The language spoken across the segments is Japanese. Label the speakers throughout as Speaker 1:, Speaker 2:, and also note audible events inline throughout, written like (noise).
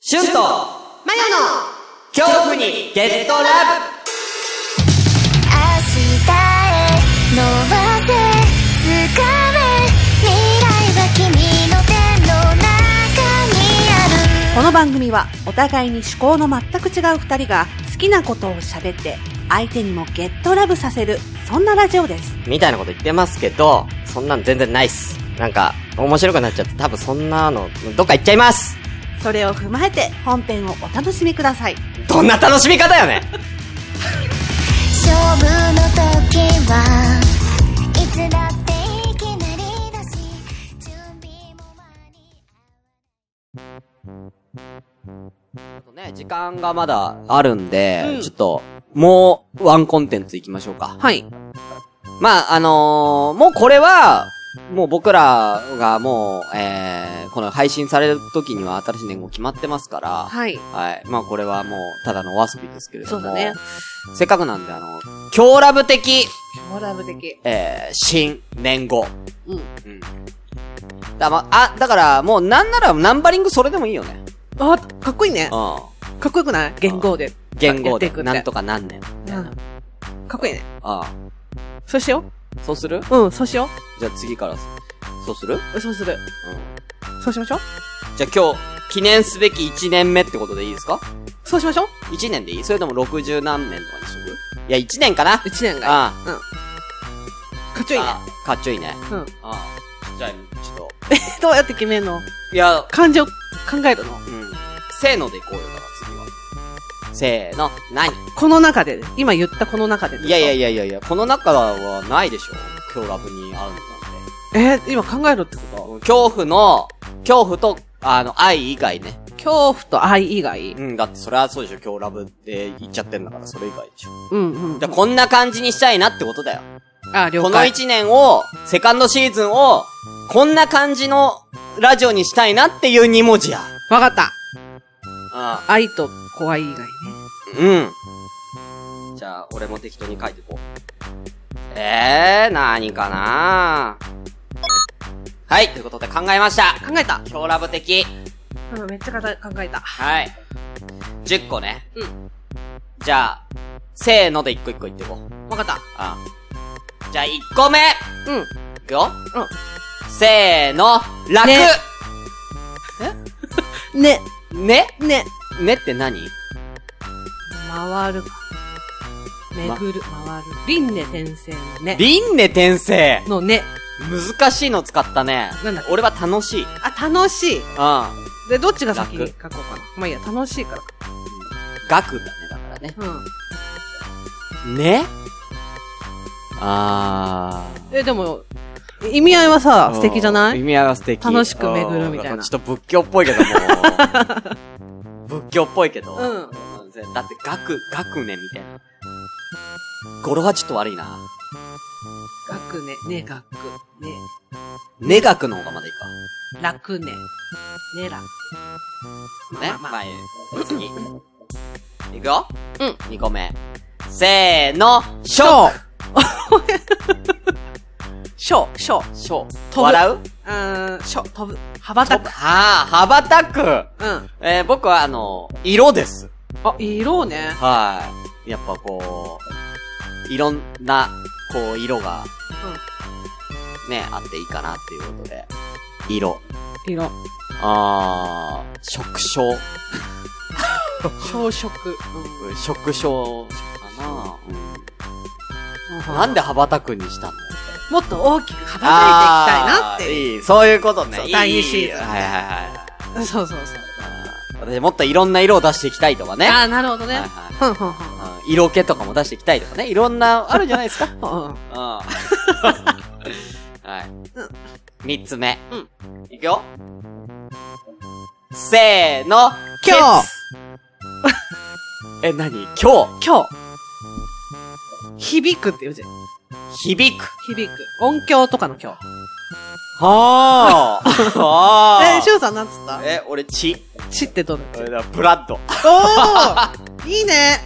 Speaker 1: シュンと
Speaker 2: マヨの
Speaker 1: 恐怖にゲットラブ
Speaker 3: 明日へ伸ばせ掴め未来は君の手の中にある
Speaker 4: この番組はお互いに趣向の全く違う二人が好きなことを喋って相手にもゲットラブさせるそんなラジオです
Speaker 1: みたいなこと言ってますけど、そんなの全然ないっす。なんか、面白くなっちゃって、多分そんなの、どっか行っちゃいます
Speaker 4: それを踏まえて本編をお楽しみください
Speaker 1: どんな楽しみ方よね
Speaker 3: 勝負の時はいつだっていきなりだし準備も間に
Speaker 1: ね、時間がまだあるんで、
Speaker 4: うん
Speaker 1: ちょっと、もう、ワンコンテンツ行きましょうか。
Speaker 4: はい
Speaker 1: まあ、あのー、もうこれは、もう僕らがもう、えー、この配信される時には新しい年号決まってますから、
Speaker 4: はい
Speaker 1: はい。まあこれはもう、ただのお遊びですけれども。
Speaker 4: そうだね
Speaker 1: せっかくなんで、あの、強ラブ的、
Speaker 4: モラブ的
Speaker 1: えー、新年号。
Speaker 4: うん
Speaker 1: うん。だ、ま、あ、だから、もうなんならナンバリングそれでもいいよね。
Speaker 4: あかっこいいね
Speaker 1: う
Speaker 4: かっこよくない言語で
Speaker 1: ん。言
Speaker 4: や
Speaker 1: 語
Speaker 4: っ
Speaker 1: で、
Speaker 4: ていくって
Speaker 1: なんとか何年。
Speaker 4: うんかっこいいね
Speaker 1: あ
Speaker 4: そうしよ
Speaker 1: あ。そうする
Speaker 4: ううんそうしよ
Speaker 1: じゃあ次から、そうするうん。
Speaker 4: うそうするそうしましょう
Speaker 1: じゃあ今日、記念すべき1年目ってことでいいですか
Speaker 4: そうしましょう
Speaker 1: ?1 年でいいそれとも60何年とかにしとくいや、1年かな
Speaker 4: 一年がい
Speaker 1: ああ。
Speaker 4: いかっちょいいね
Speaker 1: ああかっちょいいね。
Speaker 4: うん
Speaker 1: ああ。じゃあ、ちょっと。
Speaker 4: どうやって決めんの
Speaker 1: いや、
Speaker 4: 漢字を考えるの
Speaker 1: うん。せーのでいこうよ、だから次は。せーの、何
Speaker 4: この中で今言ったこの中で
Speaker 1: いやいや
Speaker 4: や
Speaker 1: いやいやいや、この中はないでしょ今日ラブにあるんだ
Speaker 4: えー今考えるってこと
Speaker 1: って。恐怖の、恐怖と、あの、愛以外ね。
Speaker 4: 恐怖と愛以外
Speaker 1: うん、だってそれはそうでしょ今日ラブって言っちゃってんだから、それ以外でしょ。
Speaker 4: うんうん
Speaker 1: じゃ、こんな感じにしたいなってことだよ。
Speaker 4: あ、了
Speaker 1: この一年を、セカンドシーズンを、こんな感じのラジオにしたいなっていう二文字や。
Speaker 4: わかった。
Speaker 1: あ
Speaker 4: 愛と怖い以外ね。
Speaker 1: うん。じゃあ、俺も適当に書いていこう。えー、なにかなはい、ということで考えました。
Speaker 4: 考えた。
Speaker 1: 今日ラブ的。
Speaker 4: うん、めっちゃ考えた。
Speaker 1: はい。10個ね。
Speaker 4: うん。
Speaker 1: じゃあ、せーので一個一個いっていこう。
Speaker 4: わかった。
Speaker 1: あじゃあ、1個目
Speaker 4: うん。うん。
Speaker 1: いくよせーの、楽
Speaker 4: ねね、
Speaker 1: ね
Speaker 4: ね。
Speaker 1: ねって何
Speaker 4: 回るか。巡る、回る。輪廻転生のね。
Speaker 1: 輪廻転生
Speaker 4: のね。
Speaker 1: 難しいの使ったね。
Speaker 4: なんだっけ
Speaker 1: 俺は楽しい。うん。
Speaker 4: あ、楽しい。
Speaker 1: 楽
Speaker 4: で、どっちが先に書
Speaker 1: 楽
Speaker 4: こうかな。まあいいや、楽しいから。
Speaker 1: だね、だからね。
Speaker 4: うん。
Speaker 1: ねあ
Speaker 4: え、でも、意味合いはさ、素敵じゃな
Speaker 1: 意
Speaker 4: い
Speaker 1: 味合いは素敵。
Speaker 4: 楽しく巡るみたいな
Speaker 1: うんちょっと仏教っぽいけども。 (laughs) 仏教っぽいけど。
Speaker 4: うん
Speaker 1: だって、学、学ね、みたいな。語呂はちょっと悪いな。
Speaker 4: 楽ね、ね、楽。ね、
Speaker 1: ね学の方がまだいいか。
Speaker 4: 楽ね。ね、楽。
Speaker 1: ね
Speaker 4: まあ。まあ
Speaker 1: まあ、いい次。いくよ
Speaker 4: うん。
Speaker 1: 2個目。せーの、ショー
Speaker 4: (laughs) ショー、ショー。
Speaker 1: ショー。
Speaker 4: ぶ
Speaker 1: 笑う
Speaker 4: うーん、ショー、飛ぶ。羽ばたく。
Speaker 1: はあ、羽ばたく。
Speaker 4: うん。
Speaker 1: えー、僕はあの、色です。
Speaker 4: あ、色ね。
Speaker 1: はい。やっぱこう、いろんな、こう、色が、ね、あっていいかなっていうことで。色。
Speaker 4: 色。
Speaker 1: あー、食傷。
Speaker 4: 小食。
Speaker 1: 食傷かな、
Speaker 4: う
Speaker 1: なんで羽ばたくにしたの
Speaker 4: もっと大きく羽ばたいていきたいなっていう。
Speaker 1: いい、そういうことね
Speaker 4: そう。
Speaker 1: いい
Speaker 4: 第二シーズンね
Speaker 1: はいはいはいはい。
Speaker 4: そうそうそう。
Speaker 1: 私もっといろんな色を出していきたいとかね。
Speaker 4: ああ、なるほどね。
Speaker 1: はいはい
Speaker 4: ふんふん
Speaker 1: うん色気とかも出していきたいとかね。いろんな、あるじゃないですか。
Speaker 4: ふん。うん。
Speaker 1: うんはい。三つ目。
Speaker 4: うん。
Speaker 1: いくよ。せーの、
Speaker 4: 今日
Speaker 1: 日え、なに今
Speaker 4: 今日。響くっていう字。
Speaker 1: 日響く。
Speaker 4: 響く。音響とかの今日。
Speaker 1: はー (laughs) は
Speaker 4: えー、し
Speaker 1: ー
Speaker 4: ゅうさんなんつった
Speaker 1: え、俺、血。
Speaker 4: ちってどれ
Speaker 1: 俺だ、ブラッド。
Speaker 4: おー (laughs) いいね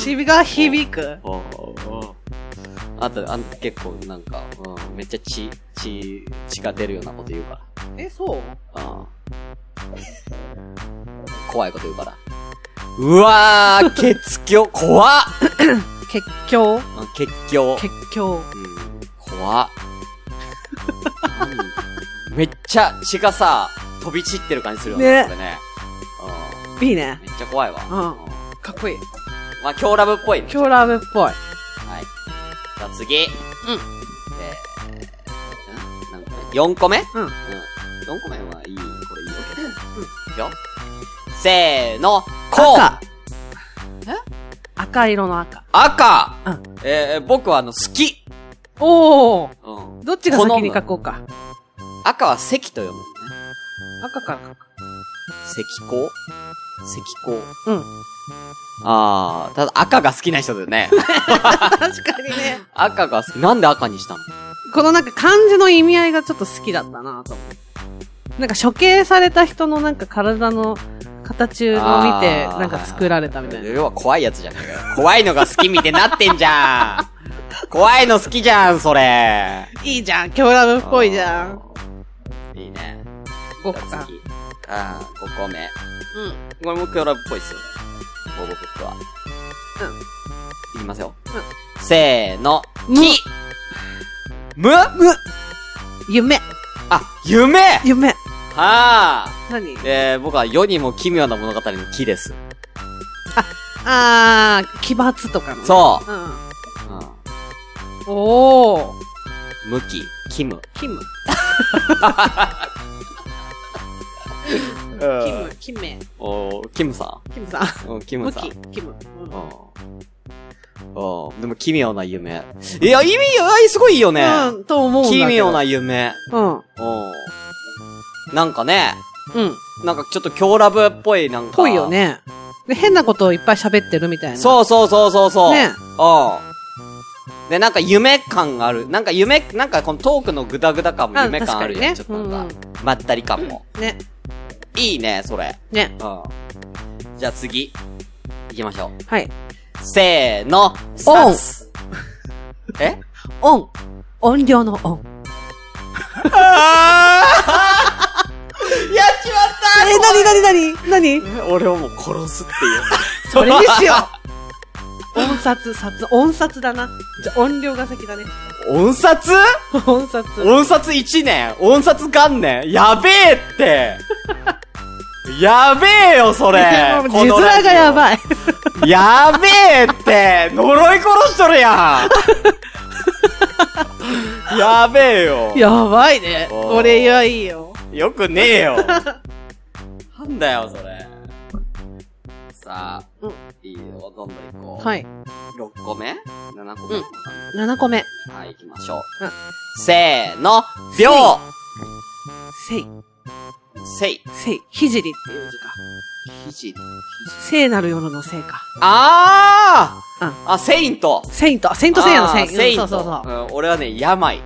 Speaker 4: ちびが響く。
Speaker 1: あと、あん結構なんか、うん、めっちゃ血、血、血が出るようなこと言うか
Speaker 4: え、そう
Speaker 1: ら。うん。怖いこと言うから。うわー、結強、怖っ
Speaker 4: 結強
Speaker 1: うん結強。
Speaker 4: 結強。
Speaker 1: うん、怖っなんめっちゃ血がさ、飛び散ってる感じするよね。
Speaker 4: ね
Speaker 1: これね。うん
Speaker 4: いいね。
Speaker 1: めっちゃ怖いわ。
Speaker 4: うんかっこいい。
Speaker 1: まあ、強ラブっぽいね。
Speaker 4: 強ラブっぽい。
Speaker 1: はい。じゃあ次。うん。えー、なんか4個目
Speaker 4: うん
Speaker 1: うん。4個目はいい、これいいわけ。うん。いくよ。せーの、こう
Speaker 4: 赤。え赤色の赤。
Speaker 1: 赤
Speaker 4: うん
Speaker 1: えー、僕はあの、好き
Speaker 4: おお。
Speaker 1: うん。
Speaker 4: どっちが先に書こうか。
Speaker 1: 赤は赤と読むのね。
Speaker 4: 赤から書く。
Speaker 1: 赤光赤光。
Speaker 4: うん。
Speaker 1: あー、ただ赤が好きな人だよ
Speaker 4: (laughs)
Speaker 1: ね。
Speaker 4: 確かにね。
Speaker 1: 赤が好き。なんで赤にしたの
Speaker 4: (laughs) このなんか漢字の意味合いがちょっと好きだったなと思う。なんか処刑された人のなんか体の形を見て、
Speaker 1: あー
Speaker 4: なんか作られたみたいな。
Speaker 1: 要は怖いやつじゃねえかよ。怖いのが好きみたいになってんじゃん。怖いの好きじゃん、それ。
Speaker 4: (laughs) いいじゃん、強ラブっぽいじゃん。
Speaker 1: ん。いいね。
Speaker 4: 5個
Speaker 1: じゃあ
Speaker 4: か。
Speaker 1: 次。あー、5個目。
Speaker 4: うん。
Speaker 1: これもクラブっぽいっすよね。ボボブックは。うん。いきますよ。うん。せーの。
Speaker 4: む
Speaker 1: きむむ
Speaker 4: 夢。
Speaker 1: あ、夢は
Speaker 4: 夢。
Speaker 1: あ
Speaker 4: 何
Speaker 1: えー、僕は世にも奇妙な物語の木です。
Speaker 4: あー、奇抜とかの。。
Speaker 1: そう
Speaker 4: うん。
Speaker 1: う。うん。
Speaker 4: おー。
Speaker 1: 向き、キム。
Speaker 4: キム。
Speaker 1: キ
Speaker 4: キム。、キメ。
Speaker 1: おー、キムさ
Speaker 4: キムさん。
Speaker 1: んうん、キム
Speaker 4: ム
Speaker 1: さん
Speaker 4: キ。。キム。うん
Speaker 1: うん。うん。でも、奇妙な夢。いや、意味、あすごいいいよね。
Speaker 4: うん、と思うんだけ
Speaker 1: 奇
Speaker 4: ど。
Speaker 1: 妙な夢。
Speaker 4: うん。
Speaker 1: うん。なんかね、
Speaker 4: うん。
Speaker 1: なんかちょっと強ラブっぽいなんか。
Speaker 4: ぽいよ。ね。で、変なことをいっぱい喋ってるみたいな。
Speaker 1: そうそうそうそうそう。
Speaker 4: ね
Speaker 1: うん。で、なんか夢感がある。なんか夢、なんかこのトークのグダグダ感も
Speaker 4: あ
Speaker 1: 夢感あるよね。ちょっ
Speaker 4: 確
Speaker 1: と
Speaker 4: かにね
Speaker 1: なんか、まったり感も。
Speaker 4: う。ね。
Speaker 1: いいね、それ。
Speaker 4: ね。
Speaker 1: うん。じゃあ次。行きましょう。
Speaker 4: はい。
Speaker 1: せーの、スターツえ (laughs)
Speaker 4: オン。音量のオン。
Speaker 1: あー (laughs) やっちまった
Speaker 4: え、なになになになに
Speaker 1: え俺をもう殺すっていう。
Speaker 4: (laughs) それにしよう音札、札、音札だな。じゃ、音量が先だね。
Speaker 1: 音札
Speaker 4: 音札。
Speaker 1: 音札1年音札元年やべえって
Speaker 4: (laughs)
Speaker 1: やべえよ、それ
Speaker 4: もう字
Speaker 1: このラジオ
Speaker 4: 面がやばい。
Speaker 1: やべえって呪い殺しとるやん
Speaker 4: (laughs)
Speaker 1: やべえよ
Speaker 4: やばいね。
Speaker 1: おー
Speaker 4: これはいいよ。
Speaker 1: よくねえよなんだよ、それ。さあ、
Speaker 4: うん
Speaker 1: いいよ、どんどん行こう。
Speaker 4: はい。
Speaker 1: 6個目 ?7 個目、
Speaker 4: うん7個目。
Speaker 1: はい、行きましょう。
Speaker 4: うん
Speaker 1: せーの、秒
Speaker 4: せい、
Speaker 1: せい。
Speaker 4: せい、ひじりっていう字か。
Speaker 1: ひじ。
Speaker 4: 聖なる夜のせいか。
Speaker 1: あー、
Speaker 4: うん
Speaker 1: あ、セイント
Speaker 4: セイント、セイントセイヤのセイ
Speaker 1: あーセイント。
Speaker 4: うんそうそうそう。
Speaker 1: うん俺はね、病。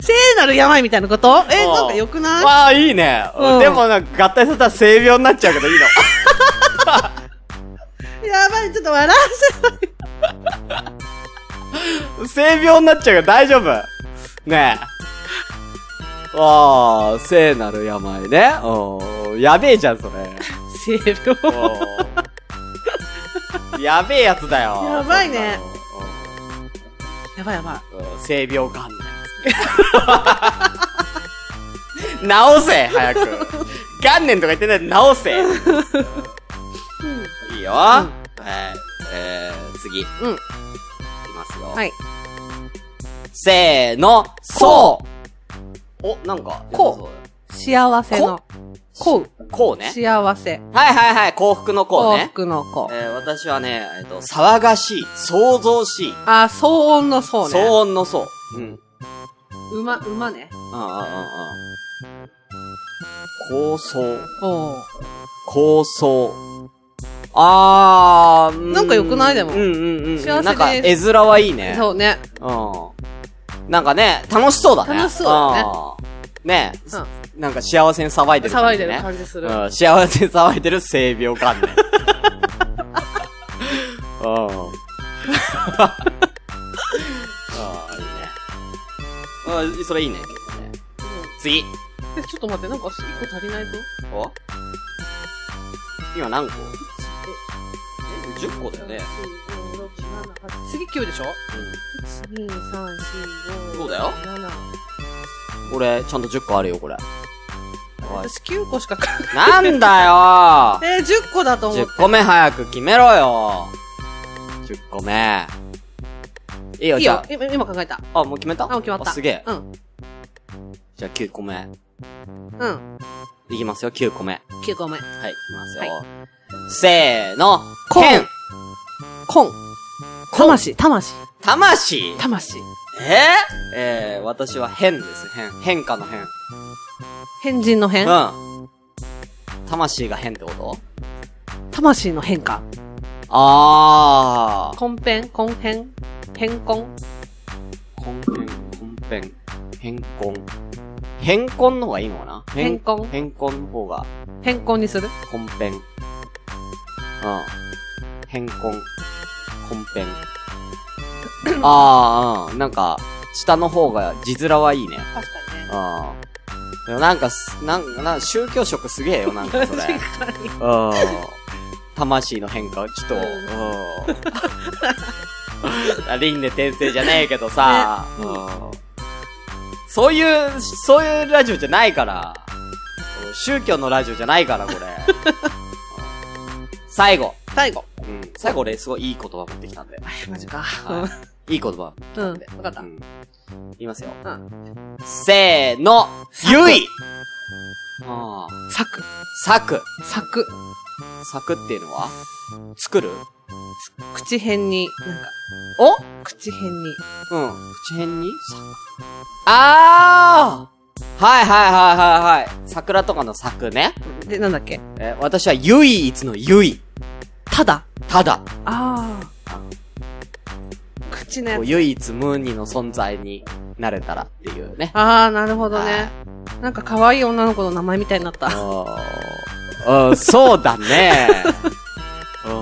Speaker 4: 聖なる病みたいなことえ、
Speaker 1: うん
Speaker 4: なんか良くない
Speaker 1: わあ、いいね。
Speaker 4: うん
Speaker 1: でもなんか合体されたら性病になっちゃうけどいいの。
Speaker 4: (laughs) やばい、ちょっと笑わせ
Speaker 1: 性病になっちゃうから大丈夫。ねえ。ああ、聖なる病ね。うん。やべえじゃん、
Speaker 4: (laughs)
Speaker 1: それ。
Speaker 4: 性病。
Speaker 1: うんやべえやつだよ。
Speaker 4: やばいね
Speaker 1: そん
Speaker 4: やばいやば
Speaker 1: な
Speaker 4: い。
Speaker 1: の。うんうん性病元年。 (laughs) 直せ、早く。元年とか言ってないで直
Speaker 4: (laughs)
Speaker 1: せ。いいよ。はい。えー、次。い
Speaker 4: うん。
Speaker 1: きますよ。
Speaker 4: はい。
Speaker 1: せーの、そうお、なんか、
Speaker 4: こ幸せの。こう。
Speaker 1: う。こうね。
Speaker 4: 幸せ。
Speaker 1: はいはいはい、幸福のこう
Speaker 4: 幸
Speaker 1: ね。
Speaker 4: 福のこう。
Speaker 1: えー、私はね、えっ、と、騒がしい、想像しい、
Speaker 4: あー、騒音のそう
Speaker 1: 騒
Speaker 4: ね。
Speaker 1: 音の層。うん。うんうんうんうん。
Speaker 4: 馬、馬ね。
Speaker 1: 構想、
Speaker 4: おー。
Speaker 1: 構想。あー、う
Speaker 4: なんか良くないでも
Speaker 1: うんうんうん。
Speaker 4: 幸せです
Speaker 1: なんか、絵面はいいね。
Speaker 4: そうね。
Speaker 1: うん。なんかね、楽しそうだね。
Speaker 4: 楽しそうだね
Speaker 1: うん。ね
Speaker 4: うん。
Speaker 1: なんか幸せに騒いでる感
Speaker 4: 騒い
Speaker 1: じね。
Speaker 4: でる感じする。
Speaker 1: うん、幸せに騒いでる性病観
Speaker 4: (laughs)
Speaker 1: 念。うん。 (laughs) ああ、いいね。うん、それいいね、結構ね。次。
Speaker 4: えちょっと待って、なんか一個足りないぞ。
Speaker 1: お今何個え ?10 個だよね。
Speaker 4: 次9でしょ
Speaker 1: う
Speaker 4: ?1、2、3、4、5。
Speaker 1: そうだよ
Speaker 4: 7。
Speaker 1: ん。これ、ちゃんと10個あるよ、これ。
Speaker 4: (laughs)
Speaker 1: おい
Speaker 4: 私9個しか買わ
Speaker 1: なんだ
Speaker 4: ない。えー、10個だと
Speaker 1: よ
Speaker 4: (laughs) 思っ
Speaker 1: !10
Speaker 4: て。
Speaker 1: 個目早く決めろよ !10 個目。いいよ、
Speaker 4: いい
Speaker 1: じ
Speaker 4: よ
Speaker 1: ゃ。
Speaker 4: 今今考えた。
Speaker 1: あ、あ、もう決めた
Speaker 4: あ、もう決まった。
Speaker 1: すげえ。
Speaker 4: うん。
Speaker 1: じゃあ9個目。
Speaker 4: うん。
Speaker 1: いきますよ、9個目。はい、
Speaker 4: 9個目。
Speaker 1: いきますよ。
Speaker 4: は
Speaker 1: せーの、
Speaker 4: コン
Speaker 1: 剣
Speaker 4: コン。魂、魂、
Speaker 1: 魂
Speaker 4: 魂。
Speaker 1: えー、えー、私は変です、変。変化の変。
Speaker 4: 変人の変
Speaker 1: うん。魂が変ってこと
Speaker 4: 魂の変化。
Speaker 1: あー。
Speaker 4: 根変、根変、変
Speaker 1: 根
Speaker 4: 根。
Speaker 1: 変、根変、変根。変根の方がいいのかな
Speaker 4: 変根
Speaker 1: 変根の方が、
Speaker 4: 変根にする
Speaker 1: 根変。うん。変根、根変。あー、うん。なんか、下の方が字面はいいね。
Speaker 4: 確かにね。
Speaker 1: うん。でもなんかす、なんか、なんか宗教色すげえよ、なんかそれ。うん。魂の変化、ちょっと、うん。 (laughs) 輪廻転生じゃねえけどさ、
Speaker 4: ね
Speaker 1: うん。そういう、そういうラジオじゃないから。宗教のラジオじゃないから、これ。うん最後。
Speaker 4: 最後。
Speaker 1: うん。最後俺、すごいいい言葉持ってきたんで。
Speaker 4: マジか。
Speaker 1: はいいい言葉。
Speaker 4: うん。
Speaker 1: ん
Speaker 4: わかった
Speaker 1: う。ん。言いますよ。
Speaker 4: う
Speaker 1: せーの、ゆいああ、
Speaker 4: 咲く。
Speaker 1: 咲く。
Speaker 4: 咲く。
Speaker 1: 咲くっていうのは作る
Speaker 4: 口変に、なんか、
Speaker 1: お
Speaker 4: 口変に。
Speaker 1: うん。口辺に咲く。ああはいはいはいはいはい。桜とかの咲くね。
Speaker 4: で、なんだっけ
Speaker 1: えー私は唯一のゆい。
Speaker 4: ただ。
Speaker 1: ただ、
Speaker 4: ああ。口の
Speaker 1: こ
Speaker 4: や
Speaker 1: う
Speaker 4: つ。
Speaker 1: 唯一無二の存在になれたらっていうね。
Speaker 4: ああ、なるほどね。なんか可愛い女の子の名前みたいになった。
Speaker 1: ああ、そうだね。う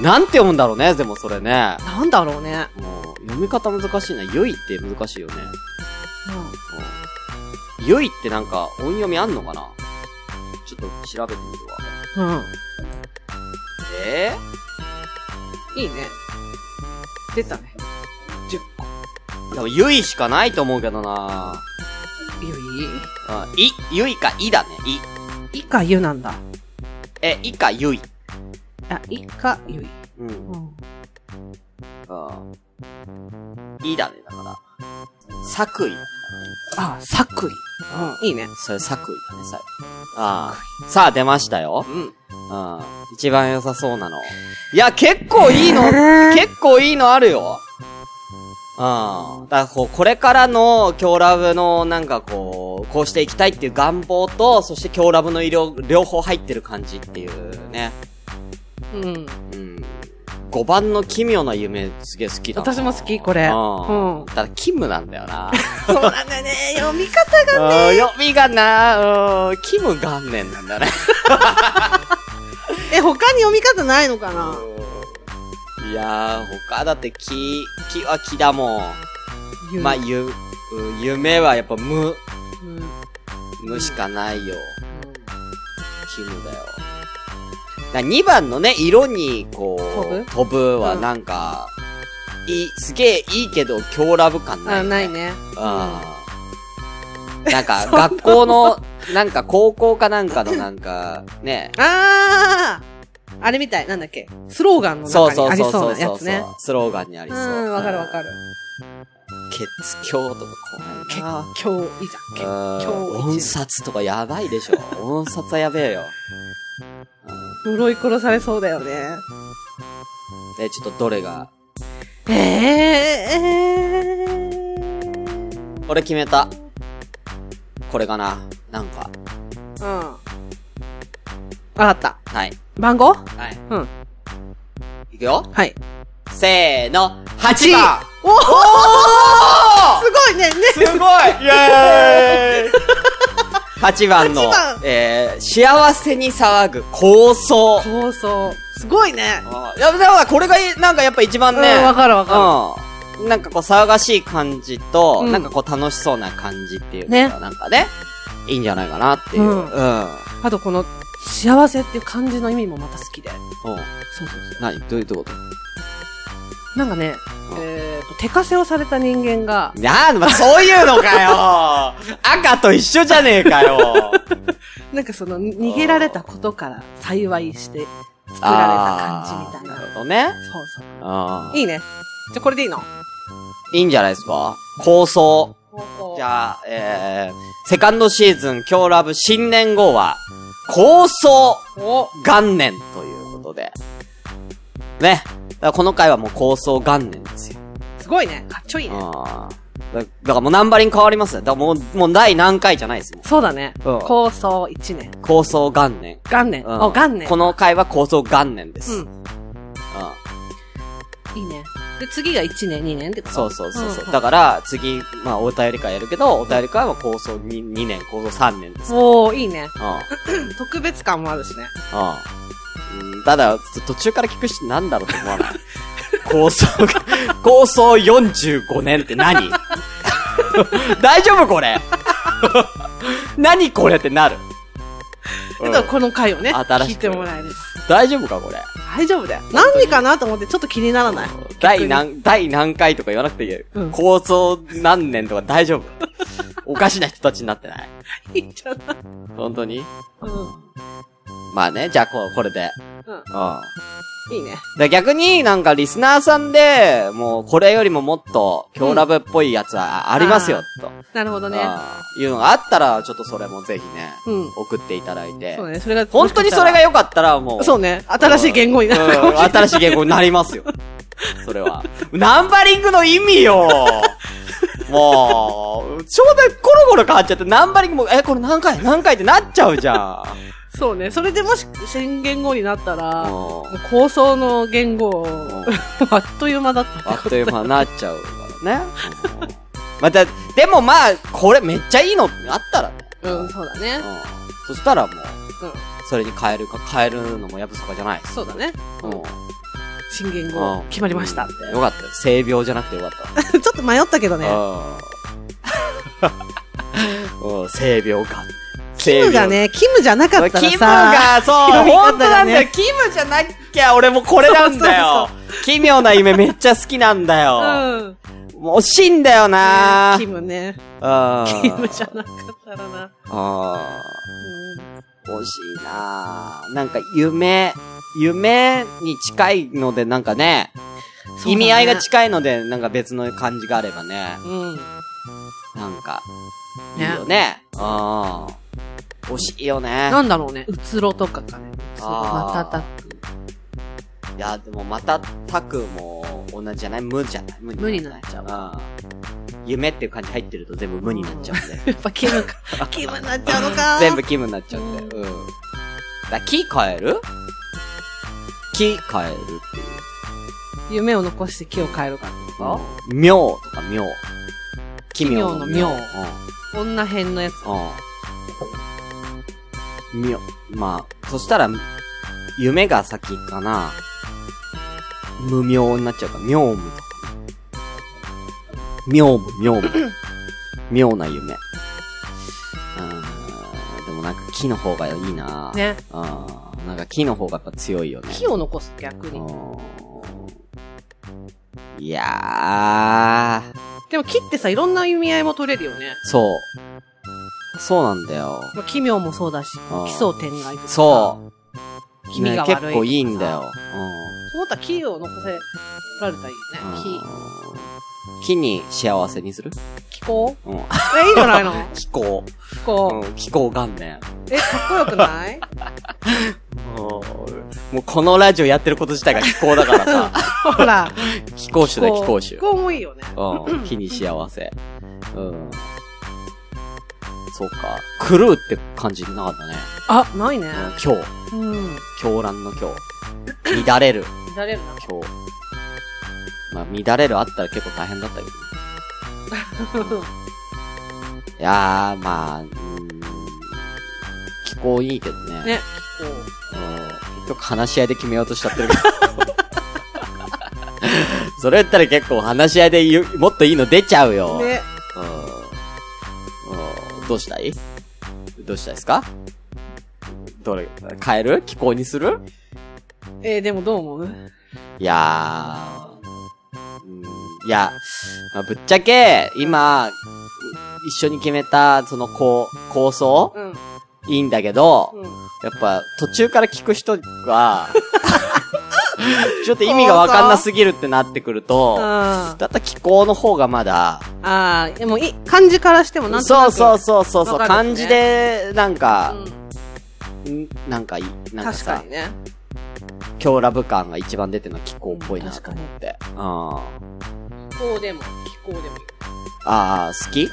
Speaker 1: ん。なんて読むんだろうね、でもそれね。
Speaker 4: なんだろうね。
Speaker 1: もう読み方難しいな。ゆいって難しいよね。
Speaker 4: うん
Speaker 1: うんゆいってなんか音読みあんのかなちょっと調べてみるわ。
Speaker 4: うん。
Speaker 1: え
Speaker 4: いいね。出たね。10個。
Speaker 1: ー、でもゆいしかないと思うけどな
Speaker 4: ゆ
Speaker 1: あい、ゆいかいだね。い。
Speaker 4: い。いかゆなんだ。
Speaker 1: え、いかゆい。
Speaker 4: あ、いかゆい。
Speaker 1: う。
Speaker 4: うんん。
Speaker 1: あいだね、だから。作為。
Speaker 4: あ、さくい。いいね。
Speaker 1: それ作為だね、さああ。さあ、出ましたよ。
Speaker 4: うん。
Speaker 1: うん。一番良さそうなの。いや、結構いいの、
Speaker 4: へー
Speaker 1: 結構いいのあるよ。うん。だからこう、これからの、今日ラブの、なんかこう、こうしていきたいっていう願望と、そして今日ラブの医療、両方入ってる感じっていうね。
Speaker 4: うん。
Speaker 1: うん。5番の奇妙な夢、すげえ好きだな。
Speaker 4: 私も好き、これ。
Speaker 1: うん。
Speaker 4: うん
Speaker 1: ただ、キムなんだよ
Speaker 4: (laughs)
Speaker 1: な。
Speaker 4: そうなんだよね。読み方が。
Speaker 1: うん、読みがな、うん、キム元年なんだね。
Speaker 4: え、他に読み方ないのかない
Speaker 1: やー、他だって木、木は木だもん。
Speaker 4: ゆ
Speaker 1: まあ、ゆ、うん夢はやっぱ無、
Speaker 4: うん
Speaker 1: 無しかないよ。キムだよ。だ2番のね、色に、こう、飛ぶはなんか、いい、すげえいいけど、強ラブ感ない、
Speaker 4: あ、ない。ね。
Speaker 1: うん。なん
Speaker 4: (laughs)
Speaker 1: か、学校の、なんか高校かなんかのなんか、ね、
Speaker 4: あーあれみたい。なんだっけスローガンの
Speaker 1: そう
Speaker 4: 中
Speaker 1: そ
Speaker 4: に
Speaker 1: う
Speaker 4: あり
Speaker 1: そう
Speaker 4: (laughs) そう
Speaker 1: そう
Speaker 4: なや
Speaker 1: そう
Speaker 4: つね。
Speaker 1: スローガンにあり
Speaker 4: う
Speaker 1: そう。
Speaker 4: ん、わかるわかる。
Speaker 1: 血狂とか怖いな。
Speaker 4: 今日、いいじゃん。
Speaker 1: うん
Speaker 4: 狂一
Speaker 1: 音札とかやばいでしょ。 (laughs) 音札はやべえよ。
Speaker 4: 呪い殺されそうだよね。
Speaker 1: うんえ、ちょっとどれが。
Speaker 4: ええー。
Speaker 1: 俺決めた。これかな。なんか。
Speaker 4: うん。わかった。
Speaker 1: はい。
Speaker 4: 番
Speaker 1: は
Speaker 4: 号
Speaker 1: い。
Speaker 4: うん。
Speaker 1: いくよ。
Speaker 4: はい。
Speaker 1: せーの、8番
Speaker 4: おおす
Speaker 1: お
Speaker 4: ごいね、ね。
Speaker 1: すごいイ (laughs) ェーイ8番の
Speaker 4: 八番、
Speaker 1: えー、幸せに騒ぐ構想。
Speaker 4: そうそう。すごいね。
Speaker 1: あーいや、だからこれがいい、なんかやっぱ一番ね、
Speaker 4: うん、わかるわか
Speaker 1: うん。なんかこう騒がしい感じと、
Speaker 4: うん
Speaker 1: なんかこう楽しそうな感じっていうの
Speaker 4: ね
Speaker 1: が、なんかね、いいんじゃないかなっていう。う。
Speaker 4: うんんる。あとこの、幸せっていう漢字の意味もまた好きで。
Speaker 1: うん。
Speaker 4: そうそうそ
Speaker 1: 何どういうこと
Speaker 4: う。なんかね、えっと、手かせをされた人間が、
Speaker 1: なあ、まあ、そういうのかよ
Speaker 4: (laughs)
Speaker 1: 赤と一緒じゃねえかよ
Speaker 4: なんかその、に逃げられたことから幸いして作られた感じみたい
Speaker 1: あー
Speaker 4: な。
Speaker 1: るほどね。
Speaker 4: そうそう。
Speaker 1: うん。
Speaker 4: いいね。じゃ、これでいいの
Speaker 1: いいんじゃないですか構想。じ
Speaker 4: じゃあ、
Speaker 1: ゃあ、えー、セカンドシーズン、今日ラブ新年号は、構想
Speaker 4: お
Speaker 1: 元年ということで。ね。だからこの回はもう構想元年ですよ。
Speaker 4: すごいね。かっちょいいね。
Speaker 1: あだだからもうナンバリング変わりますよ。だからもう、もう第何回じゃないですよ。
Speaker 4: そうだね。
Speaker 1: うん
Speaker 4: 構想1年。
Speaker 1: 構想元年。
Speaker 4: 元年。
Speaker 1: うん
Speaker 4: お、元年。
Speaker 1: この回は構想元年です。
Speaker 4: う
Speaker 1: うん。
Speaker 4: ん。いいね。で、次が1年、2年ってこと
Speaker 1: そうそうそうそう、
Speaker 4: うん
Speaker 1: だから、次、まあ、お便り会やるけど、お便り会は構想 2, 2年、構想3年です。
Speaker 4: おー、いいね。
Speaker 1: うん。うん
Speaker 4: 特別感もあるしね。
Speaker 1: うん。ただ、ちょ途中から聞くし、なんだろうと思わ (laughs) ない。構想 (laughs) が、構想45年って何 (laughs) 大丈夫これ (laughs) 何これってなる。うん
Speaker 4: だからこの回をね、
Speaker 1: 新
Speaker 4: 聞
Speaker 1: し
Speaker 4: い
Speaker 1: く
Speaker 4: てもらえる。
Speaker 1: 大丈夫かこれ。
Speaker 4: 大丈夫だよ。何かなと思ってちょっと気にならない。 (laughs)
Speaker 1: 第何、第何回とか言わなくていいよ。
Speaker 4: うん
Speaker 1: 構想何年とか大 (laughs) 丈夫。おかしな人たちになってない。
Speaker 4: いいんじゃない
Speaker 1: 本当に
Speaker 4: うん。
Speaker 1: まあね、じゃあこう、これで。
Speaker 4: うん
Speaker 1: うん。だか
Speaker 4: いいね。
Speaker 1: ら逆になんかリスナーさんで、もうこれよりももっと、今日ラブっぽいやつはありますよ、と。
Speaker 4: なるほどね。
Speaker 1: うんいうのがあったら、ちょっとそれもぜひね、
Speaker 4: うん。
Speaker 1: 送っていただいて
Speaker 4: そ。うね。それが、
Speaker 1: 本当にそれが良かったらもう。
Speaker 4: そうね。新しい言語になるか
Speaker 1: う
Speaker 4: も
Speaker 1: ん
Speaker 4: しれない。
Speaker 1: 新しい言語になりますよ。それは。ナンバリングの意味よもう、ちょうどコロコロ変わっちゃって、ナンバリングも、え、これ何回何回ってなっちゃうじゃ
Speaker 4: (laughs) そうね。それでもし新言語になった
Speaker 1: ん。
Speaker 4: ら、
Speaker 1: もう
Speaker 4: もう構想の言語、
Speaker 1: ん
Speaker 4: あっという間だったって
Speaker 1: あ
Speaker 4: こ
Speaker 1: っ
Speaker 4: と
Speaker 1: という間になっちゃうからね。うんまた、でもまあ、これめっちゃいいのあったらね。
Speaker 4: うん、そうだね
Speaker 1: うん。そしたらもう、
Speaker 4: う
Speaker 1: それに変えるか、変えるのもやぶさかじゃないで
Speaker 4: ん。
Speaker 1: す。
Speaker 4: そうだね。
Speaker 1: うん
Speaker 4: 新言語、決まりましたって。
Speaker 1: うんよかったよ。性病じゃなくてよかった。
Speaker 4: (laughs) ちょっと迷ったけどね。
Speaker 1: うん。 (laughs) うん性病か。
Speaker 4: キ
Speaker 1: 性
Speaker 4: ムが。ね、キムじゃなかったらさ、
Speaker 1: キムが、そう、
Speaker 4: 広げ方がね
Speaker 1: 本当なんだよ。キムじゃなきゃ、俺もうこれなんだよ。奇妙な夢めっちゃ好きなんだよ。
Speaker 4: うん。
Speaker 1: もう惜しいんだよな
Speaker 4: キムね。
Speaker 1: うん。
Speaker 4: キムじゃなかったらな。
Speaker 1: あー惜しいななんか夢、夢に近いのでなんかね、意味合いが
Speaker 4: ち
Speaker 1: 近いのでなんか別の感じがあればね、
Speaker 4: うん。
Speaker 1: なんか、いい
Speaker 4: ね
Speaker 1: よね。ああ。惜しいよね。
Speaker 4: なんだろうね。うつろとかかね。そう、
Speaker 1: あ
Speaker 4: ま
Speaker 1: ー
Speaker 4: た
Speaker 1: い
Speaker 4: た、
Speaker 1: や、でもまたたくも同じじゃない無じゃない無
Speaker 4: 無になっちゃう。
Speaker 1: あ夢っていう感じ入ってると全部無になっちゃうんで。
Speaker 4: やっぱキムか。キムになっちゃうのか。
Speaker 1: 全部。キムになっちゃうんで。うん。だ、木変える木変えるっていう
Speaker 4: 夢を残して木を変えるかってこ。
Speaker 1: 妙とか妙。奇妙の
Speaker 4: 奇
Speaker 1: 妙。
Speaker 4: 妙の妙と女編のやつ。
Speaker 1: うん。うん。妙。まあ、そしたら、夢が先かな。無妙になっちゃうから、妙無とか。妙無、妙
Speaker 4: (coughs)
Speaker 1: 無。妙な夢。うーん。でもなんか木の方がいいな。
Speaker 4: ね。
Speaker 1: うん。なんか木の方がやっぱ強いよね。
Speaker 4: 木を残す、逆に。
Speaker 1: うんいやー。
Speaker 4: でも木ってさ、いろんな意味合いも取れるよね。
Speaker 1: そう。そうなんだよ。
Speaker 4: まあ奇妙もそうだし
Speaker 1: あー、
Speaker 4: 奇想天外とか。
Speaker 1: そう。
Speaker 4: 気味が悪い
Speaker 1: ね結構いいんだよ。
Speaker 4: う。そう思ったら木を残せられたらい
Speaker 1: うん。
Speaker 4: いよね。
Speaker 1: うん木に幸せにする
Speaker 4: 木。気候
Speaker 1: うん。
Speaker 4: (laughs) え、いいんじゃないの
Speaker 1: 気候。
Speaker 4: 気候。
Speaker 1: うん、気候元年。
Speaker 4: え、かっこよくない
Speaker 1: (laughs) もうこのラジオやってること自体が気候だからさ。
Speaker 4: (laughs) ほら。
Speaker 1: 気候種だよ、気候
Speaker 4: 気
Speaker 1: 種。
Speaker 4: 候もいいよね。
Speaker 1: うん。木に幸せ。うん。そうか。狂うって感じなかったね。
Speaker 4: あ、ないね。
Speaker 1: うん今日。
Speaker 4: うん。
Speaker 1: 狂乱の今日。乱れる。
Speaker 4: 乱れ (laughs) るな。
Speaker 1: 今日。まあ、乱れるあったら結構大変だったけどね。いやー、まあ、うーん、気候いいけどね。
Speaker 4: ね、気候。
Speaker 1: うん。結局話し合いで決めようとしちゃってるけど。 (laughs) それ言ったら結構話し合いで言うもっといいの出ちゃうよ。
Speaker 4: ね、
Speaker 1: うん。うん。どうしたいどうしたいですかどれ、変える気候にする
Speaker 4: えー、でもどう思う
Speaker 1: いやー、うんいや、まあぶっちゃけ、今、一緒に決めた、その、こう、構想
Speaker 4: うん。
Speaker 1: いいんだけど、
Speaker 4: うん。
Speaker 1: やっぱ、途中から聞く人は、 (laughs) ちょっと意味がわかんなすぎるってなってくると、
Speaker 4: あー
Speaker 1: だったら気候の方がまだ、
Speaker 4: あー、でもいい、漢字からしてもなんとな
Speaker 1: そう
Speaker 4: く。
Speaker 1: そうそうそうそう、
Speaker 4: わかる
Speaker 1: 漢
Speaker 4: よね
Speaker 1: 字で、なんか、
Speaker 4: うん
Speaker 1: んなんかいい、なんか
Speaker 4: 確
Speaker 1: さ
Speaker 4: か、にね。
Speaker 1: 強ラブ感が一番出てるのは気候っぽいなと思って。うん。あ
Speaker 4: 気候でも、気候でも。
Speaker 1: あー、好き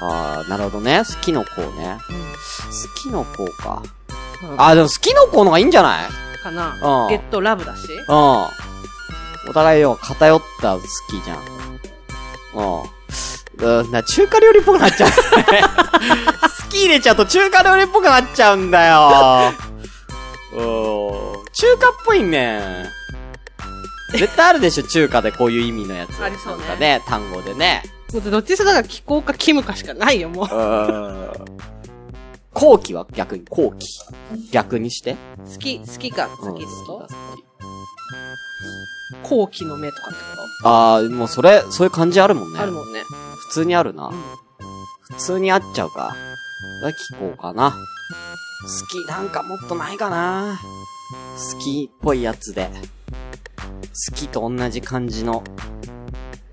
Speaker 1: ああ、なるほどね。好きの子ね。好きの子か。
Speaker 4: うん。
Speaker 1: ああ、でも好きの子の方がいいんじゃない
Speaker 4: かな。
Speaker 1: うん
Speaker 4: ゲットラブだし。
Speaker 1: うん。お互いよ、偏った好きじゃん。うん。うん、な、中華料理っぽくなっちゃう。 (laughs) 好き入れちゃうと中華料理っぽくなっちゃうんだよ。うん。中華っぽいね。絶対あるでしょ、中華でこういう意味のやつ。
Speaker 4: ありそうね
Speaker 1: なんかね、単語でね。
Speaker 4: だってどっちにせよだから気候かキムかしかないよ、もう。
Speaker 1: うん。後期は逆に、後期。逆にして。
Speaker 4: 好き、好きか、好き
Speaker 1: うん
Speaker 4: です
Speaker 1: 好
Speaker 4: と
Speaker 1: きだ好き
Speaker 4: 後期の目とかってこ
Speaker 1: ああ、もうそれ、そういう感じあるもんね。
Speaker 4: とあるもんね。
Speaker 1: 普通にあるな。
Speaker 4: うん
Speaker 1: 普通にあっちゃうか。が聞こうかな。好きなんかもっとないかな。好きっぽいやつで。好きと同じ感じの、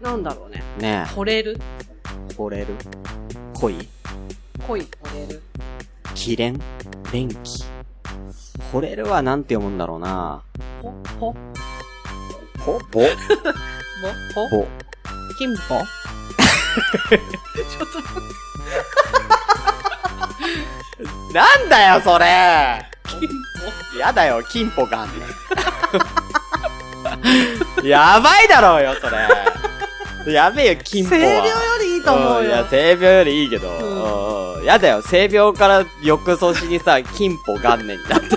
Speaker 4: なんだろうね。
Speaker 1: ね
Speaker 4: 惚れる
Speaker 1: え、惚れる。恋
Speaker 4: 恋惚れる
Speaker 1: 気連連気。惚れるはなんて読むんだろうな。
Speaker 4: ほ、ほ、ぼ、
Speaker 1: ほ、ぼ、
Speaker 4: ほ、
Speaker 1: ぼ。
Speaker 4: キンポちょっと待って、
Speaker 1: なんだよ、それ
Speaker 4: キン
Speaker 1: やだよ、金ポがあん (laughs) ねんやばいだろうよ、それ。やべえよ、金
Speaker 4: ポ
Speaker 1: ポは。
Speaker 4: 声量よりいいと思うん
Speaker 1: い
Speaker 4: よ。
Speaker 1: や、性病よりいいけど、
Speaker 4: ん
Speaker 1: うんやだよ、性病から翌年にさ、金ポ元年になったら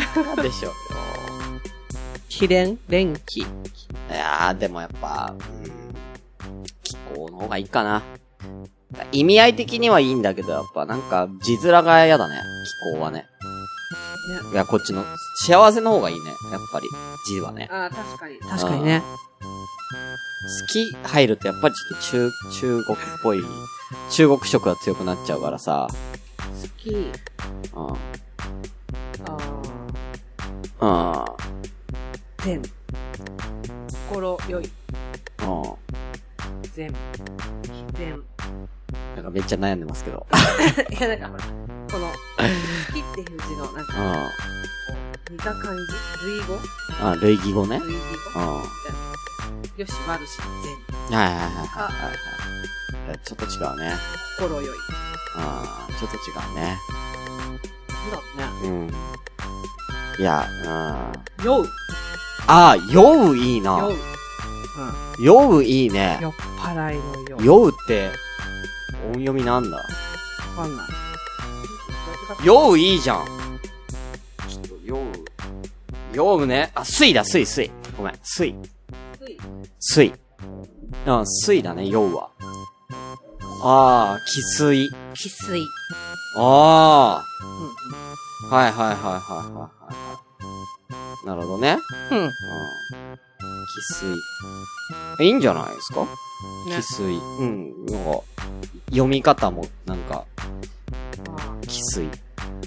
Speaker 4: (laughs)
Speaker 1: さ。なんでしょう。
Speaker 4: キレン、レンキ。
Speaker 1: いやー、でもやっぱ、うん、気候の方がいいかな。意味合い的にはいいんだけど、やっぱなんか、字面が嫌だね、気候はね。いや、こっちの、幸せの方がいいね、やっぱり、字はね。
Speaker 4: ああ、確かに。確かにね。
Speaker 1: 好き入るとやっぱりちょっと中、中国っぽい、中国色が強くなっちゃうからさ、
Speaker 4: 好き。
Speaker 1: うん。
Speaker 4: あ
Speaker 1: うん。
Speaker 4: あ、善。心よ
Speaker 1: う
Speaker 4: い。
Speaker 1: ん。
Speaker 4: 善。善。
Speaker 1: なんかめっちゃ悩んでますけど。
Speaker 4: (laughs) いや、なんかほら、こ (laughs) の、好きっていう字の、なん
Speaker 1: うん。
Speaker 4: か、
Speaker 1: あ、
Speaker 4: 似た感じ類語
Speaker 1: 類義語ね。
Speaker 4: 類義
Speaker 1: うん。
Speaker 4: 語
Speaker 1: は
Speaker 4: よし、悪し、善。
Speaker 1: いはいはいはいはい。ちょっと違うね。
Speaker 4: 心よい。
Speaker 1: うん。ちょっと違うね。
Speaker 4: なんだろうね。
Speaker 1: うん。いや、うん。あ
Speaker 4: 酔う。
Speaker 1: あ、酔ういいな
Speaker 4: 酔。う。
Speaker 1: 酔ういいね。
Speaker 4: 酔っ払いの酔う。
Speaker 1: 酔うって、音読みなんだ。
Speaker 4: わかんない。
Speaker 1: 酔ういいじゃん。ちょっと酔う。酔うね。あ、水だ、水、水。ごめん、水。水。うん、水だね、酔うは。ああ、気水。
Speaker 4: 気水。
Speaker 1: あ
Speaker 4: うん。
Speaker 1: あ、はいはいはいはいはいはい。なるほどね。
Speaker 4: うん。
Speaker 1: うん。気水。いいんじゃないですか
Speaker 4: ね
Speaker 1: 気。水。うん、なんか、読み方も、なんか、
Speaker 4: あ
Speaker 1: 気水。
Speaker 4: ー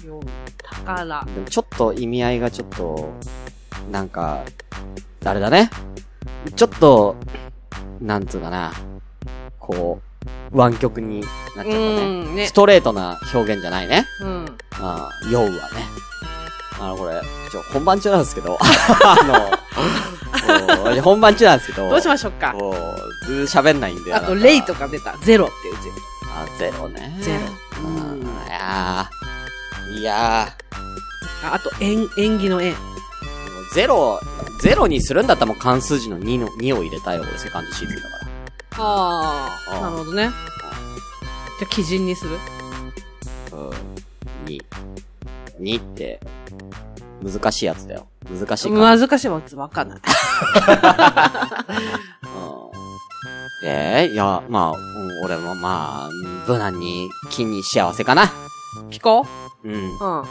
Speaker 4: 酔う。宝。
Speaker 1: でもちょっと意味合いがちょっと、なんか、あれだね。ちょっと、なんつうかな。こう、湾曲になっちゃったね。
Speaker 4: うん、ね
Speaker 1: ス。トレートな表現じゃないね。
Speaker 4: うん。
Speaker 1: ああ、酔うわね。あの、これ、ちょ、本番中なんですけど、 (laughs) あの、お本番中なんですけど、
Speaker 4: どうしましょうか。
Speaker 1: お喋んないんで。
Speaker 4: あ
Speaker 1: な
Speaker 4: と、
Speaker 1: んか
Speaker 4: レイとか出た。ゼロっていう字。
Speaker 1: あ、ゼロね。
Speaker 4: ゼロ
Speaker 1: うん。いやーいやー
Speaker 4: ああと、縁、縁起の縁。
Speaker 1: もうゼロ、ゼロにするんだったらもう関数字の2の、2を入れたいよ、俺、セカンドシーズンだか
Speaker 4: あ
Speaker 1: あー
Speaker 4: なるほどね。じゃあ、基人にする
Speaker 1: ら。うん。2。2って、難しいやつだよ。難しいから。
Speaker 4: 難しいわ、わかんない。
Speaker 1: うん。えー、いや、まあ、うん俺もまあ、無難に、金に幸せかな。
Speaker 4: ピコ
Speaker 1: うん。うん。
Speaker 4: うん。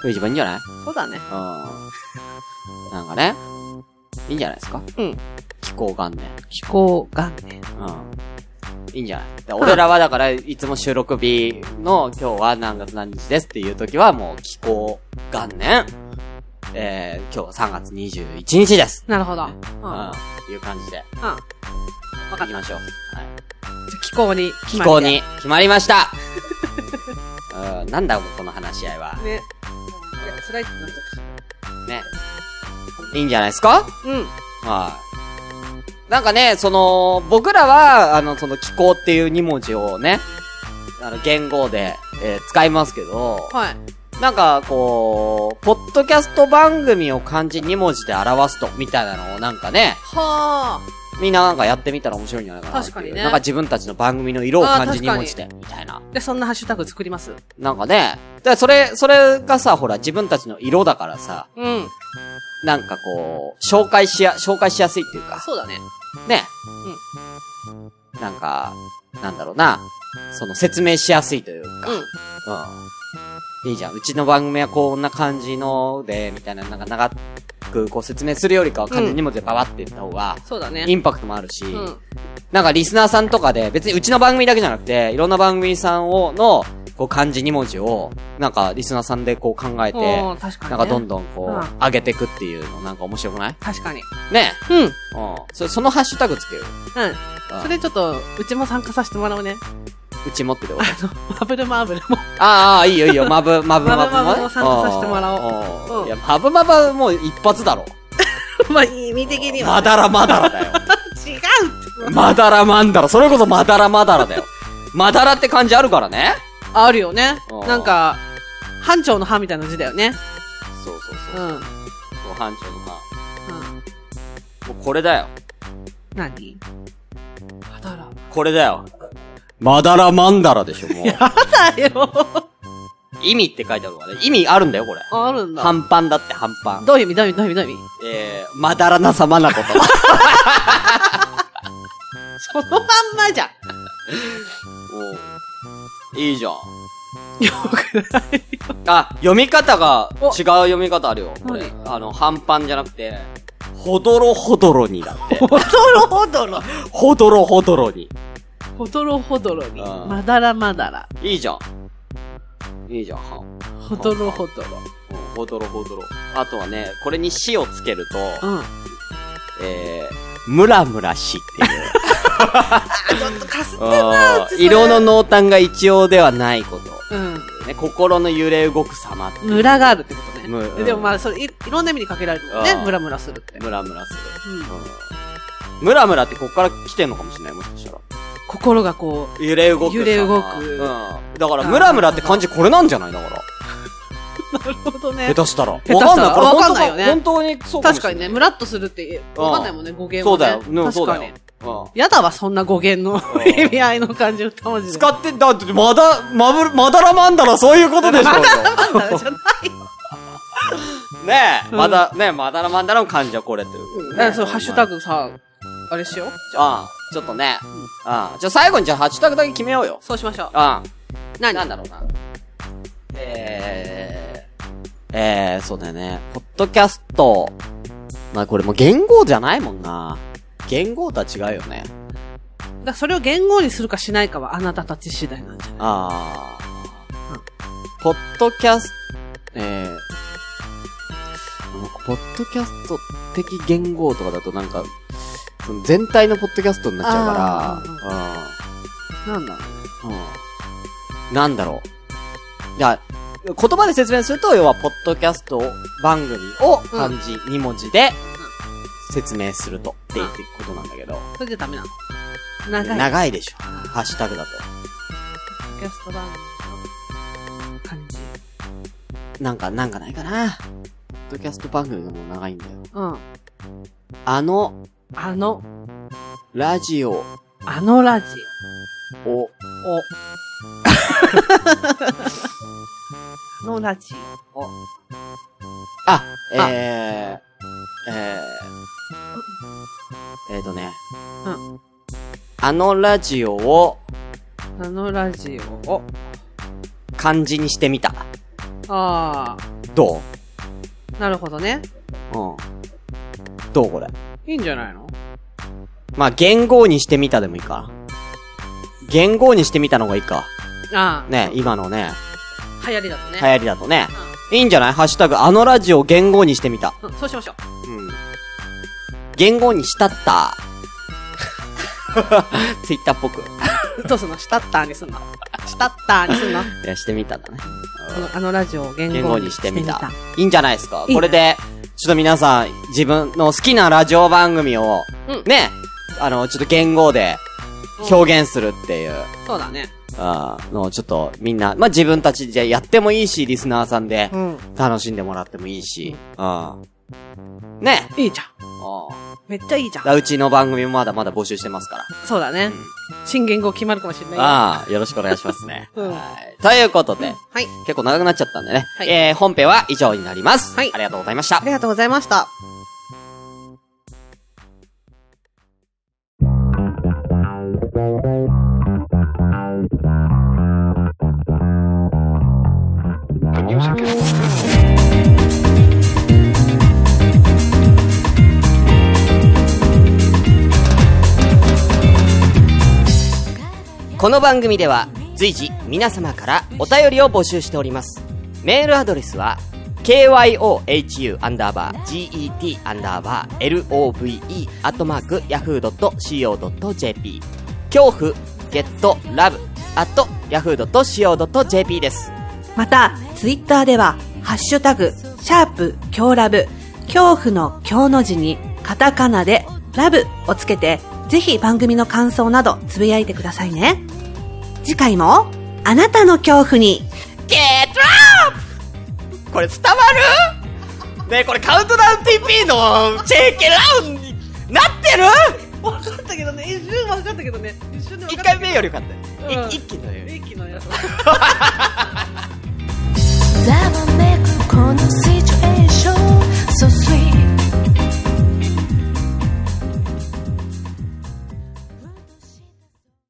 Speaker 1: それ一番いいんじゃない
Speaker 4: そうだね。
Speaker 1: うん。なんかね、いいんじゃないですか
Speaker 4: うん。
Speaker 1: 気候元年。
Speaker 4: 飛行元年。
Speaker 1: うん。いいんじゃないだから俺らはだから、いつも収録日の今日は何月何日ですっていう時はもう気候元年。えー、今日は3月21日です。
Speaker 4: なるほど。うん。うん。
Speaker 1: うん。
Speaker 4: わ
Speaker 1: いう感じで、
Speaker 4: かっ
Speaker 1: 行
Speaker 4: た。
Speaker 1: き
Speaker 4: じゃ
Speaker 1: ましょう。はい。
Speaker 4: あ気候に。
Speaker 1: 気候。に決まりました (laughs) うん、なんだこの話し合いは。
Speaker 4: ね。いや、辛いってなっちゃ
Speaker 1: ね。いいんじゃないですか
Speaker 4: うし。うん。
Speaker 1: はい。なんかね、その、僕らは、あの、その気候っていう2文字をね、あの、言語で、えー使いますけど、
Speaker 4: はい。
Speaker 1: なんか、こう、ポッドキャスト番組を漢字2文字で表すと、みたいなのをなんかね、
Speaker 4: はあ。
Speaker 1: みんななんかやってみたら面白いんじゃないかなっていう。
Speaker 4: 確かにね
Speaker 1: なんか自分たちの番組の色を
Speaker 4: あー
Speaker 1: 漢字
Speaker 4: 確か
Speaker 1: 2
Speaker 4: に
Speaker 1: 文字で、みたいな。
Speaker 4: で、そんなハッシュタグ作ります
Speaker 1: なんかね、で、それ、それがさ、ほら、自分たちの色だからさ、
Speaker 4: うん。
Speaker 1: なんかこう、紹介しや、紹介しやすいっていうか、
Speaker 4: そうだね。
Speaker 1: ね。なんか、なんだろうな、その説明しやすいというか、
Speaker 4: うん。
Speaker 1: うん。いいじゃん。うちの番組はこんな感じので、みたいな、なんか長くこう説明するよりかは完全にもでババって言った方が、
Speaker 4: そうだね。
Speaker 1: インパクトもあるし、
Speaker 4: うん。
Speaker 1: なんかリスナーさんとかで、別にうちの番組だけじゃなくて、いろんな番組さんを、の、こう漢字2文字を、なんかリスナーさんでこう考えて、
Speaker 4: おー確かに、ね。
Speaker 1: なんかどんどんこう、
Speaker 4: うん
Speaker 1: 上げてくっていうのなんか面白くない
Speaker 4: 確かに。
Speaker 1: ね
Speaker 4: うん。うん。
Speaker 1: え。うん。それ、そのハッシュタグつけよう。うん
Speaker 4: それちょっと、うちも参加させてもらうね。
Speaker 1: うち持っててこと
Speaker 4: マブルマーブルも。 (laughs)
Speaker 1: ああ、ああいいよいいよ。マブ、マブ、
Speaker 4: マ
Speaker 1: マ
Speaker 4: ブ
Speaker 1: ブもね。
Speaker 4: マブも参加させてもら
Speaker 1: お
Speaker 4: おううん
Speaker 1: いや、マブマブはもう一発だろ。
Speaker 4: まあ、意味的には。
Speaker 1: まだらまだら
Speaker 4: (laughs)
Speaker 1: だよ。
Speaker 4: 違うって。
Speaker 1: まだらまんだら。それこそまだらまだらだよ。まだらって感じあるからね。
Speaker 4: あるよね
Speaker 1: うん。
Speaker 4: なんか、班長の班みたいな字だよね。
Speaker 1: そうそう
Speaker 4: う
Speaker 1: そう。
Speaker 4: ん。うん。
Speaker 1: ご班長の班。もうこれだよ。
Speaker 4: 何まだら。
Speaker 1: これだよ。まだらまんだらでしょ、もう。
Speaker 4: まだよ。 (laughs)
Speaker 1: 意味って書いてあるからね。意味あるんだよ、これ。
Speaker 4: あるんだ。
Speaker 1: 半パンだって半パン。
Speaker 4: どういう意味どういう意味どういう意味どういう意味
Speaker 1: えー、まだらな様なこと。
Speaker 4: (laughs) そのまんまじゃん。
Speaker 1: おういいじゃん。
Speaker 4: よくない。
Speaker 1: あ、読み方が、
Speaker 4: お
Speaker 1: 違う読み方あるよ。これ。あの、半パンじゃなくて、ほどろほどろにだ
Speaker 4: (laughs)
Speaker 1: って。
Speaker 4: ほどろほどろ。
Speaker 1: ほどろほどろに。
Speaker 4: ほどろほどろに。
Speaker 1: うん
Speaker 4: まだらまだら。
Speaker 1: いいじゃん。いいじゃん、はん。
Speaker 4: ほどろほどろ。
Speaker 1: うんほどろほどろ。あとはね、これにしをつけると、
Speaker 4: うん。あ、
Speaker 1: えー、ムラムラしって
Speaker 4: (laughs)
Speaker 1: いう。
Speaker 4: ちょっとかすって
Speaker 1: あー
Speaker 4: それ
Speaker 1: 色の濃淡が一様ではないこと。
Speaker 4: うん。
Speaker 1: ね、心の揺れ動く様って
Speaker 4: ムラがあるってことね。
Speaker 1: むうん
Speaker 4: でもまあ、それい、いろんな意味にかけられるもんね
Speaker 1: う。ん
Speaker 4: ムラムラするって。
Speaker 1: ムラムラする。
Speaker 4: うん
Speaker 1: うん。ムラムラってこっから来てんのかもしれない、もしかしたら。
Speaker 4: 心がこう、
Speaker 1: 揺れ動く様。
Speaker 4: 揺れ動く
Speaker 1: うん。だから、ムラムラって漢字これなんじゃないだから。
Speaker 4: (laughs) なるほどね
Speaker 1: 下。手したら。わ
Speaker 4: 手したら
Speaker 1: かんない。これ
Speaker 4: わ
Speaker 1: 本
Speaker 4: か
Speaker 1: 当
Speaker 4: んないよね
Speaker 1: 本当にそうも
Speaker 4: 確
Speaker 1: しれ
Speaker 4: か
Speaker 1: ない
Speaker 4: にね、ムラっとするって、わかんないもんね、語源
Speaker 1: そう
Speaker 4: は
Speaker 1: だよ。
Speaker 4: ね。
Speaker 1: うん、そ
Speaker 4: 確
Speaker 1: う
Speaker 4: か
Speaker 1: だよ
Speaker 4: に。。
Speaker 1: うん。
Speaker 4: やだわ、そんな語源の
Speaker 1: ん
Speaker 4: (laughs) 意味合いの感じ、歌文字で。
Speaker 1: 使って、だって、まだ、まぶ、まだらまんだらそういうことでしょ。
Speaker 4: まだら (laughs) まだらじゃない。
Speaker 1: ねえ、
Speaker 4: うん
Speaker 1: まだ、ねえ、まだらまんだらの漢字はこれという。
Speaker 4: だからそう、ハッシュタ
Speaker 1: グ。
Speaker 4: グさ、あれしよう。
Speaker 1: ああ、ちょっとね。ああ、じゃあ最後にじゃあハッシュタグだけ決めようよ。
Speaker 4: そうしましょう。
Speaker 1: ああ、
Speaker 4: 何
Speaker 1: なんだろうな。えー、えー、そうだよね。ポッドキャスト。まあこれもう言語じゃないもんな。言語とは違うよね。
Speaker 4: だからそれを言語にするかしないかはあなたたち次第なんじゃない
Speaker 1: ああ
Speaker 4: うん。
Speaker 1: ポッドキャスト、えー、なんかポッドキャスト的言語とかだとなんか、その全体のポッドキャストになっちゃうから、
Speaker 4: なんだろうね
Speaker 1: うん。うん。なんだろう。じゃ言葉で説明すると、要は、ポッドキャスト番組を漢字2文字で説明すると、って言ってことなんだけど、
Speaker 4: それじゃダメなの。長い。ポッ
Speaker 1: 長いでしょ。ハッシュタグだと。
Speaker 4: ドキャスト番組の感じ。
Speaker 1: なんか、なんかないかな。ポッドキャスト番組がもう長いんだよ。
Speaker 4: うん。
Speaker 1: あの、
Speaker 4: あの、
Speaker 1: ラジオ
Speaker 4: あのラジ
Speaker 1: を、
Speaker 4: オ。あのラジオ。
Speaker 1: あ、えー、えー、ええーとね。
Speaker 4: うん
Speaker 1: あのラジオを
Speaker 4: あのラジオを。
Speaker 1: 漢字にしてみた。
Speaker 4: ああ、
Speaker 1: ど
Speaker 4: なるほどね。
Speaker 1: ううん。どうこれ。
Speaker 4: いいんじゃないの
Speaker 1: まあ、言語にしてみたでもいいか。言語にしてみたのがいいか。
Speaker 4: ああ、
Speaker 1: ね、今のね、
Speaker 4: 流行りだとね。
Speaker 1: 流行りだとね。いいんじゃないハッシュタグ、あのラジオ言語にしてみた。
Speaker 4: うん、そうしましょう。
Speaker 1: うん。言語にしたった。 (laughs) ツイッターっぽく。
Speaker 4: どうすんのシタッターにすんのシタッターにすんのあ
Speaker 1: いや、してみたんだね。
Speaker 4: のあのラジオを言
Speaker 1: 言
Speaker 4: 語
Speaker 1: 語
Speaker 4: に
Speaker 1: に
Speaker 4: し
Speaker 1: してて
Speaker 4: み
Speaker 1: み
Speaker 4: た
Speaker 1: た。。いいんじゃないですか
Speaker 4: いいね
Speaker 1: これで、ちょっと皆さん、自分の好きなラジオ番組を、
Speaker 4: うん
Speaker 1: ね、あの、ちょっと言語で表現するっていう、
Speaker 4: そうだね。
Speaker 1: あーのをちょっとみんな、まあ、自分たちでやってもいいし、リスナーさんで
Speaker 4: うん。
Speaker 1: 楽しんでもらってもいいし、うん。ね。
Speaker 4: いいじゃん。
Speaker 1: うん
Speaker 4: めっちゃいいじゃん。
Speaker 1: だうちの番組もまだまだ募集してますから。
Speaker 4: そうだね。新言語決まるかもしれないよ。
Speaker 1: ああ、よろしくお願いしますね。
Speaker 4: (laughs) うん
Speaker 1: はい。ということで、
Speaker 4: はい。
Speaker 1: 結構長くなっちゃったんでね。
Speaker 4: はい
Speaker 1: えー、本編は以上になります。
Speaker 4: はい
Speaker 1: ありがとうございました
Speaker 4: あ。りがとうございました。
Speaker 1: この番組では随時皆様からお便りを募集しておりますメールアドレスは kyohu アンダーバー get アンダーバー love アットマーク yahoo.co.jp 恐怖 get love アット yahoo.co.jp です
Speaker 2: また、ツイッターでは、ハッシュタグ、シャープ、強ラブ、恐怖の強の字に、カタカナで、ラブをつけて、ぜひ番組の感想などつぶやいてくださいね。次回も、あなたの恐怖に、
Speaker 1: ゲットラップこれ伝わるねえこれカウントダウン TP のチェーケラウンになってる
Speaker 4: 分かったけどね、一瞬分かったけどね。一瞬で分
Speaker 1: 一
Speaker 4: かった
Speaker 1: 回目よりよかった、
Speaker 4: うん
Speaker 1: い一気のより
Speaker 4: 一気のやつ。
Speaker 3: ざわめくこの空